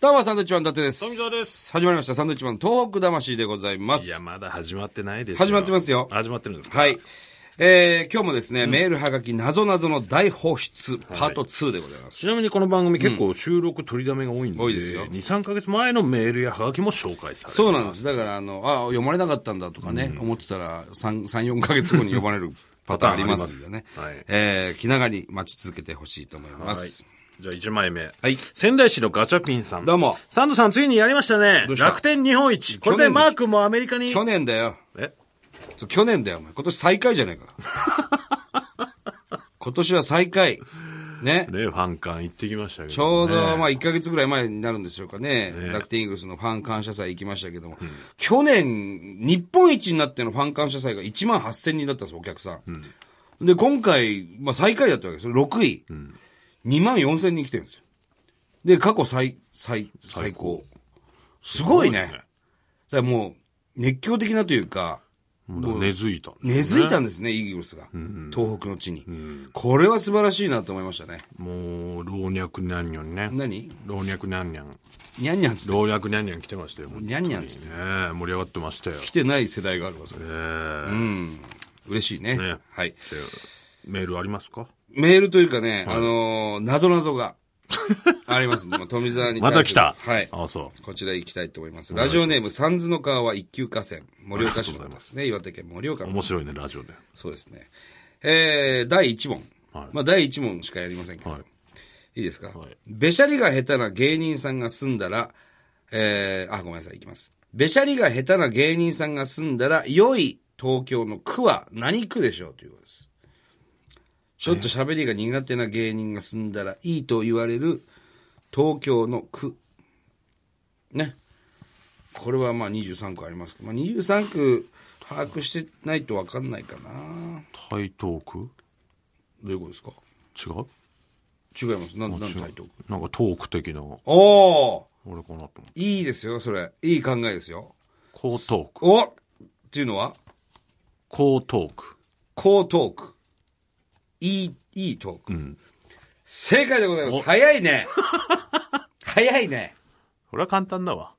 どうも、サンドイッチマン伊達です。富澤です。始まりました、サンドイッチマン東北魂でございまいす。や、まだ始まってないです始まってますよ始まってるんですかはい。。えー、今日もですね、メールはがき、なぞなぞの大放出、パート2でございます。ちなみにこの番組結構収録取りだめが多いんで、多いですよ2、3ヶ月前のメールやハガキも紹介される。そうなんです。だから、あの、あ、読まれなかったんだとかね、思ってたら、3、3 4ヶ月後に呼ば れるパターンありますんでね。パターンありますえー、気長に待ち続けてほしいと思います。じゃあ1枚目。はい仙台市のガチャピンさん。どうもサンドさんついにやりましたね。うした楽天日本一。これでマークもアメリカに。去年だよ。えそう去年だよ、お前。今年最下位じゃないか。 今年は最下位。ね。ね、ファン館行ってきましたけど、ね。ちょうど、まあ、1ヶ月ぐらい前になるんでしょうかね。楽天イーグルスのファン感謝祭行きましたけども、去年、日本一になってのファン感謝祭が1万8000人だったんです、お客さん。で、今回、まあ、最下位だったわけですよ。6位。2万4000人来てるんですよ。で、過去最、最、最高。すごいね。だからもう、熱狂的なというか、もう根付いたんですね、根付いたんですね、イーグルスが。東北の地に。これは素晴らしいなと思いましたね。もう、老若男女にね。何老若男女。にゃんにゃんつって。老若男女来てましたよ。にゃんにゃんつって。ねえ盛り上がってましたよ。来てない世代があるわ、それ。うん。嬉しいね。ねはい。メールありますかメールというかね、あのー、謎謎がありますんで、まあ富澤に対する。 また来た。はい。あ、そこちら行きたいと思います。ラジオネーム、三途の川は一級河川。盛岡市ありがとうござのいでますね、岩手県盛岡う。の面白いね、ラジオで。そうですね。えー、第1問。はいまあ、第1問しかやりませんけど。はいい。、いですか、はいべしゃりが下手な芸人さんが住んだら、えー、あ、ごめんなさい、いきます。べしゃりが下手な芸人さんが住んだら、良い東京の区は何区でしょうということです。ちょっと喋りが苦手な芸人が住んだらいいと言われる東京の区。ね。これはまあ23区ありますけど、まあ23区把握してないとわかんないかな。台東区どういうことですか違う違います。なん、なんタイトルなんかトーク的な、おー俺かなと思って。いいですよ、それ。いい考えですよ。江東区。おっていうのは、江東区。高トーク。いい、いいトーク。ん正解でございまおす。早いね。 早いね。これは簡単だわ。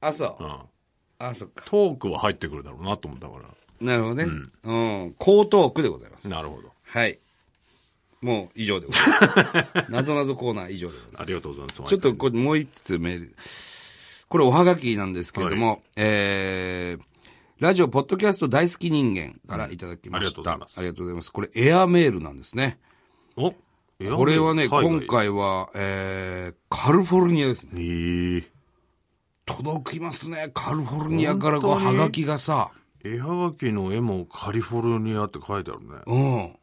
あ、そうう。ん。あ、そっか。トークは入ってくるだろうなと思ったかなるほどね。うん。高トークでございますら。。なるほど。はい。もう以上でございます。謎謎コーナー以上でございます。ありがとうございます。ちょっとこれもう一つメール。これおはがきなんですけれども、えー、ラジオ、ポッドキャスト大好き人間からいただきました。うんありがとうございますありがとうございます。これエアメールなんですね。おエアメールこれはね、海外今回は、えー、カルフォルニアですね。えー、届きますね。カルフォルニアからこう、本当はにがきがさ、絵はがきの絵もカリフォルニアって書いてあるね。うん。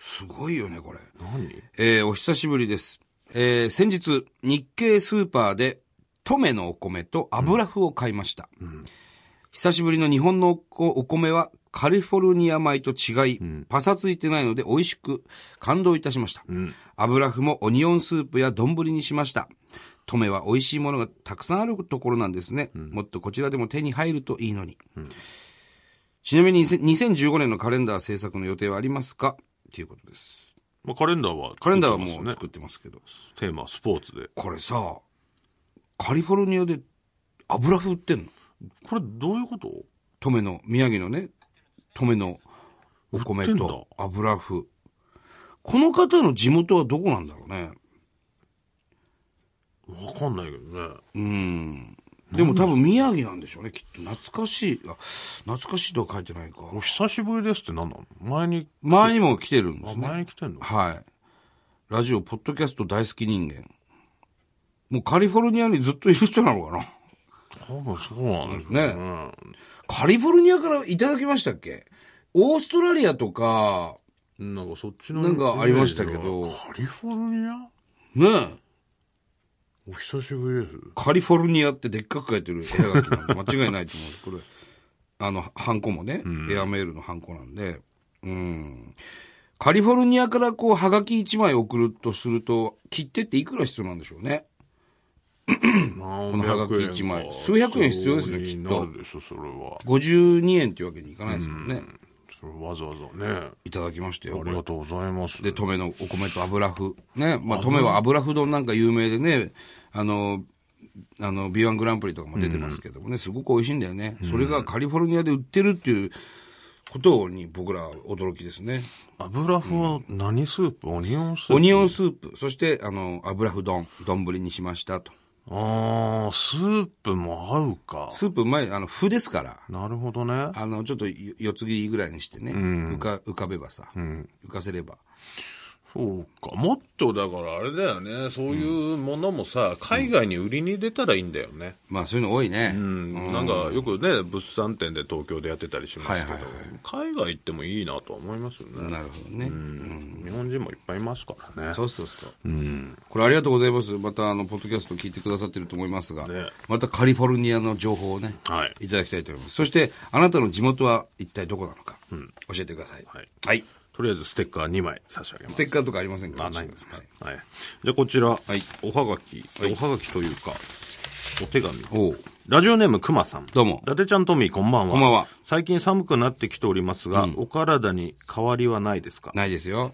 すごいよね、これ。何えーお久しぶりです。えー先日、日系スーパーで、トメのお米と油麩を買いました。久しぶりの日本のおこお米は、カリフォルニア米と違い、パサついてないので美味しく感動いたしました。油麩もオニオンスープや丼にしました。トメは美味しいものがたくさんあるところなんですね。もっとこちらでも手に入るといいのに。ちなみに2015年のカレンダー制作の予定はありますかということです。まあ、カレンダーは、カレンダーはもうね。作ってますけど。テーマはスポーツで。これさ、カリフォルニアで油麩売ってんのこれどういうこと登米の、宮城のね、登米のお米売ってんだと油麩。この方の地元はどこなんだろうね。わかんないけどね。うん。でも多分宮城なんでしょうね、きっと。懐かしい。あ、懐かしいとは書いてないか。お久しぶりですって何なの前に、前にも来てるんであ、すね。前に来てんのはい。ラジオ、ポッドキャスト大好き人間。もうカリフォルニアにずっといる人なのかな多分そうなんですね。ねカリフォルニアからいただきましたっけオーストラリアとか、なんかそっちの。なんかありましたけどカリフォルニアねえお久しぶりです。カリフォルニアってでっかく書いてる絵描きなんで間違いないと思う。これ、あの、ハンコもね、エアメールのハンコなんで、うん。カリフォルニアからこう、はがき1枚送るとすると、切手っていくら必要なんでしょうね。このハガキ一枚数百円必要ですねきっとなるでしょ、それは。 52円っていうわけにいかないですもんね。それわざわざね。いただきましたよあ。りがとうございます。で、登米のお米と油麩。ね。まあ、登米は油麩丼なんか有名でね、あの、あの、B1 グランプリとかも出てますけどもね、すごく美味しいんだよね。それがカリフォルニアで売ってるっていうことに僕らは驚きですね。油麩は何スープ、オニオンスーオプニオンスープ、そして、あの、油麩丼、丼にしましたと。ああ、スープも合うか。スープ、前、あの、麩ですから、なるほどね。あの、ちょっとよ四つ切りぐらいにしてね、浮か、浮かべばさ、浮かせれば。そうか。もっとだからあれだよね。そういうものもさ、海外に売りに出たらいいんだよね。まあ、そういうの多いね。うん。なんかよくね、物産展で東京でやってたりしますけど、はいはい海外行ってもいいなとは思いますよね。なるほどね。うん日本人もいっぱいいますからね。そうそうそう。これありがとうございます。またあの、ポッドキャスト聞いてくださってると思いますが、ねまたカリフォルニアの情報をね、はいいただきたいと思います。そして、あなたの地元は一体どこなのか、教えてください。はいはい。とりあえずステッカー2枚差し上げます。ステッカーとかありませんかあ、ないんですか。ははいい。じゃあこちら、いおはがき、おはがきというか、お手紙。おうラジオネームくまさん。どうも伊達ちゃんトミーこんばんは。こんばんは最近寒くなってきておりますが、お体に変わりはないですかないですよ。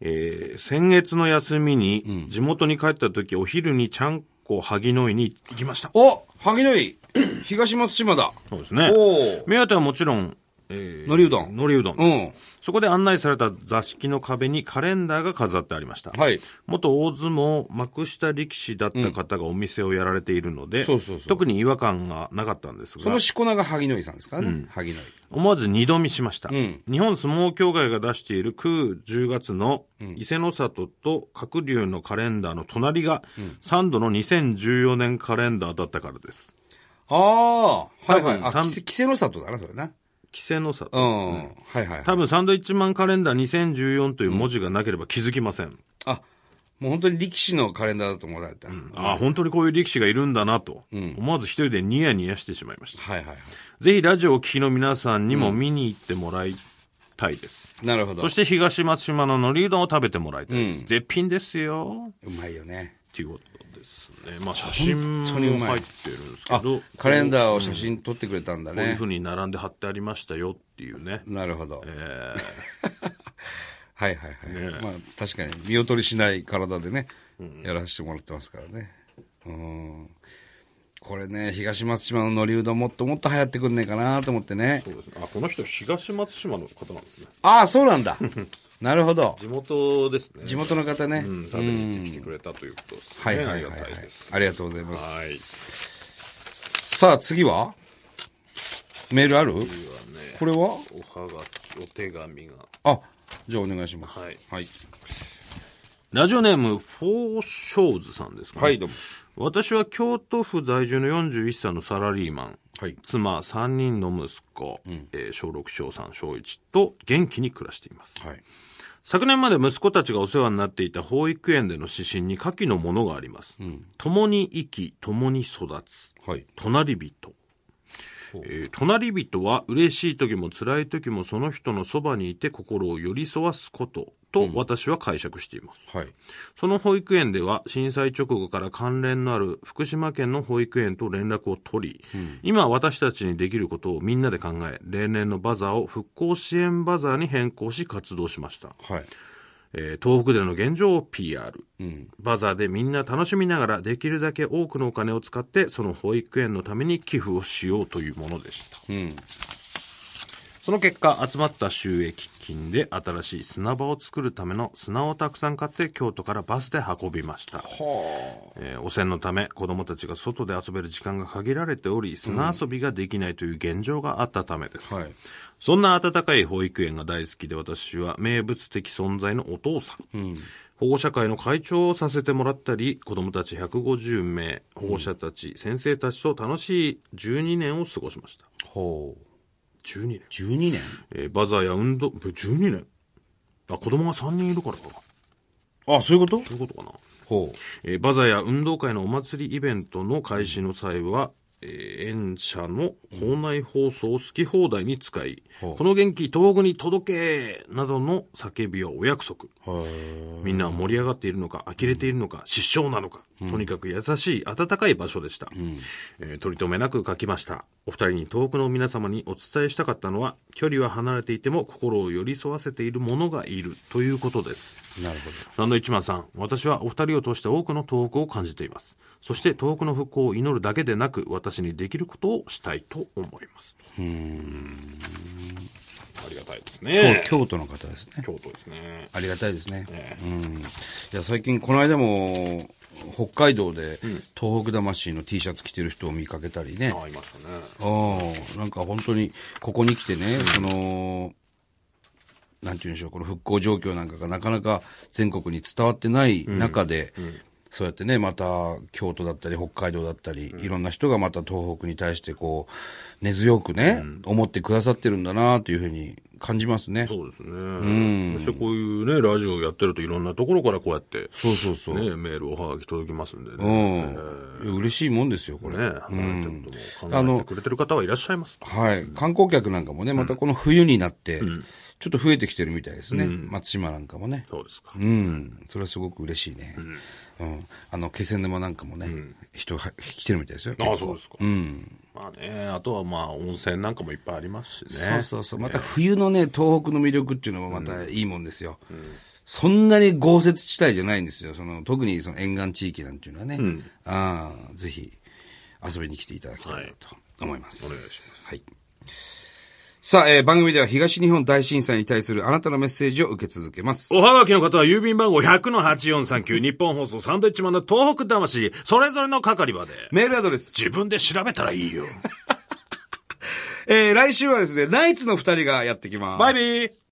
えー先月の休みに、地元に帰った時、お昼にちゃんこ萩の井に行きました。お萩野井 東松島だそうですねおー。目当てはもちろん、えー海苔うどん海苔うどんうです。ん。そこで案内された座敷の壁にカレンダーが飾ってありました。はい。元大相撲幕下力士だった方がお店をやられているので、そうそうそう特に違和感がなかったんですが、そのしこ名が萩野井さんですからね。萩野井。思わず二度見しました、ん日本相撲協会が出している空10月の伊勢の里と鶴竜のカレンダーの隣が3度の2014年カレンダーだったからです。ああ、はいはい。多分あ、きせの里だな、それな。稀勢の里。うん。はいはい。多分サンドイッチマンカレンダー2014という文字がなければ気づきません。あ、もう本当に力士のカレンダーだと思われた。ああ、本当にこういう力士がいるんだなと、思わず一人でニヤニヤしてしまいました。はいはいはぜひラジオを聴きの皆さんにも見に行ってもらいたいです。い。なるほどそし。て東松島の海苔うどんを食べてもらいたいです。絶品ですよ。うまいよね。っていうことですね。まあ写真も当にうまい入ってるんですけあど、、カレンー。ダーを写真撮ってくれたんだこういうねふ。うに並んで貼ってありましたよっていうね。なるほど。えーはいはいはい。まあ確かに見劣りしない体でね、やらせてもらってますからね。うん。これね、東松島の海苔うどんもっともっと流行ってくんねえかなと思ってねそ。うですね。あ、この人東松島の方なんですね。ああ、そうなん だ。なるほど。地元ですね。地元の方ね。うん食べに来てくれたということですね。はいはいはあいりはがたいいです。。ありがとうございます。はい。さあ次はメールあるこれはおはがき、お手紙が。あ、じゃあお願いします。はいはい。ラジオネーム、フォーショーズさんですかね。はい、どうも。私は京都府在住の41歳のサラリーマン。はい。妻3人の息子、えー小6小3小1と元気に暮らしていますはい。昨年まで息子たちがお世話になっていた保育園での指針に下記のものがあります、共に生き共に育つはい。隣人、えー隣人は嬉しい時も辛い時もその人のそばにいて心を寄り添わすことと私は解釈しています、はい。その保育園では震災直後から関連のある福島県の保育園と連絡を取り、今私たちにできることをみんなで考え、例年のバザーを復興支援バザーに変更し活動しました。はい。えー東北での現状を PR。うん。バザーでみんな楽しみながらできるだけ多くのお金を使ってその保育園のために寄付をしようというものでした。うん。その結果、集まった収益金で新しい砂場を作るための砂をたくさん買って京都からバスで運びました。はえー汚染のため子供たちが外で遊べる時間が限られており砂遊びができないという現状があったためです、あ。はい。そんな温かい保育園が大好きで私は名物的存在のお父さん、保護者会の会長をさせてもらったり子供たち150名保護者たち、先生たちと楽しい12年を過ごしましたほう。 12年、 12年えーバザーや運動12年あ子供が3人いるからかなあ、そういうことそういうことかなほう。えーバザーや運動会のお祭りイベントの開始の際は、えー園舎の校内放送を好き放題に使い、ほうこの元気東北に届けなどの叫びはお約束。はい。みんなは盛り上がっているのか、呆れているのか、失笑なのか、とにかく優しい、温かい場所でした。えー取り留めなく書きました。お二人に遠くの皆様にお伝えしたかったのは、距離は離れていても心を寄り添わせている者がいるということです。なるほど。ランド一番さん、私はお二人を通して多くの東北を感じています。そして東北の復興を祈るだけでなく、私にできることをしたいと思います。ありがたいですね。京都の方ですね。京都ですね。ありがたいですね。うん。いや、最近、この間も、北海道で、東北魂の T シャツ着てる人を見かけたりね。あ、いましたね。うん。なんか本当に、ここに来てね、その、なんて言うんでしょう、この復興状況なんかがなかなか全国に伝わってない中で、そうやってね、また京都だったり北海道だったり、いろんな人がまた東北に対してこう、根強くね、思ってくださってるんだなというふうに感じますね。そうですね。そしてこういうね、ラジオやってるといろんなところからこうやって、そうそうそう。ね、メール、おはがき届きますんでうね。ん。いや嬉しいもんですよ、これ。ね、離れてることも考えてくれてる方はいらっしゃいます。はい。観光客なんかもね、またこの冬になって、ちょっと増えてきてるみたいですね。松島なんかもね。そうですか。うん。それはすごく嬉しいね。うん。あの、気仙沼なんかもね、人が来てるみたいですよ。ああ、そうですか。うん。まあね、あとはまあ、温泉なんかもいっぱいありますしそね。うそうそう。また冬のね、東北の魅力っていうのもまたいいもんですよ。そんなに豪雪地帯じゃないんですよ。その、特にその沿岸地域なんていうのはね。ああ、ぜひ遊びに来ていただきたいなと思います。お願いします。はい。さあ、えー番組では東日本大震災に対するあなたのメッセージを受け続けます。おはがきの方は郵便番号100-8439日本放送サンドイッチマンの東北魂、それぞれの係まで。メールアドレス。自分で調べたらいいよ。えー来週はですね、ナイツの二人がやってきます。バイビー